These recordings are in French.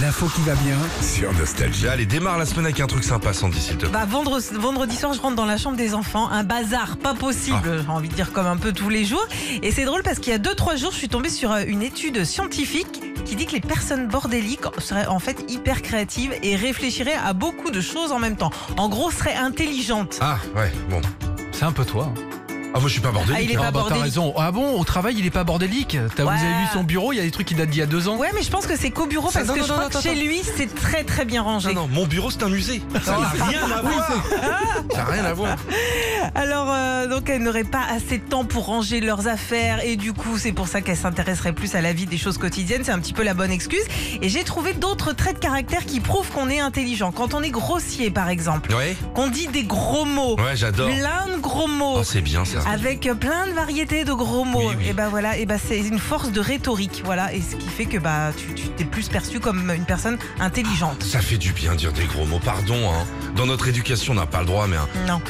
L'info qui va bien. Sur Nostalgie. Allez, démarre la semaine avec un truc sympa, Sandy, s'il te plaît. Bah, vendre- vendredi soir, je rentre dans la chambre des enfants. Un bazar, pas possible, Ah. j'ai envie de dire comme un peu tous les jours. Et c'est drôle parce qu'il y a 2-3 jours, je suis tombée sur euh, une étude scientifique qui dit que les personnes bordéliques seraient en fait hyper créatives et réfléchiraient à beaucoup de choses en même temps. En gros, seraient intelligentes. Ah, ouais, bon. C'est un peu toi. hein. Ah, moi, je suis pas bordé. Ah, il est Ah pas bah, t'as bordélique. raison. Ah bon, au travail, il est pas bordélique. T'as- Ouais. Vous avez vu son bureau, il y a des trucs qui datent d'il y a deux ans. Ouais, mais je pense que c'est qu'au bureau Ça- parce non, que non, je non, crois que attends, chez lui, c'est très très bien rangé. Non, non, mon bureau, c'est un musée. Ça n'a rien à voir. Ça n'a rien à voir. Alors, euh, donc, elles n'auraient pas assez de temps pour ranger leurs affaires et du coup, c'est pour ça qu'elles s'intéresseraient plus à la vie des choses quotidiennes. C'est un petit peu la bonne excuse. Et j'ai trouvé d'autres traits de caractère qui prouvent qu'on est intelligent. Quand on est grossier, par exemple, Ouais, qu'on dit des gros mots, ouais, j'adore. plein de gros mots. Oh, c'est bien ça. avec plein de variétés de gros mots, Oui, oui. et ben voilà, et ben c'est une force de rhétorique, voilà, et ce qui fait que bah tu, tu t'es plus perçu comme une personne intelligente. Ça fait du bien de dire des gros mots, pardon. Hein. Dans notre éducation, on n'a pas le droit, mais un, Non,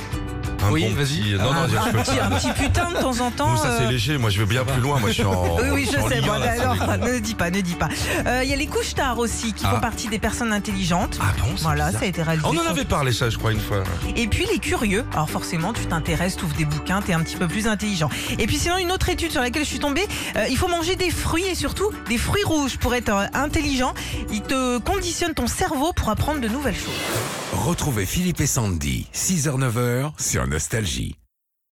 un Oui, bon vas-y. petit- Non, non, un, je peux un petit, un petit putain de temps en temps. Nous, ça, c'est euh, léger. Moi, je vais bien plus loin. Moi, je suis en. Oui, oui, je je suis en sais. Ligue Bon, bah, 1, là, sur les gros alors, mots. ne dis pas, ne dis pas. Euh, Il y a les couches tard aussi qui Ah. font partie des personnes intelligentes. Ah bon, c'est Voilà, bizarre. ça a été réalisé. On en sur- avait parlé, ça, je crois, une fois. Et puis les curieux. Alors forcément, tu t'intéresses, tu ouvres des bouquins, t'es un petit peu plus intelligent. Et puis sinon, une autre étude sur laquelle je suis tombée, euh, il faut manger des fruits et surtout des fruits rouges pour être euh, intelligent. Ils te conditionnent ton cerveau pour apprendre de nouvelles choses. Retrouvez Philippe et Sandy, 6h-9h sur Nostalgie.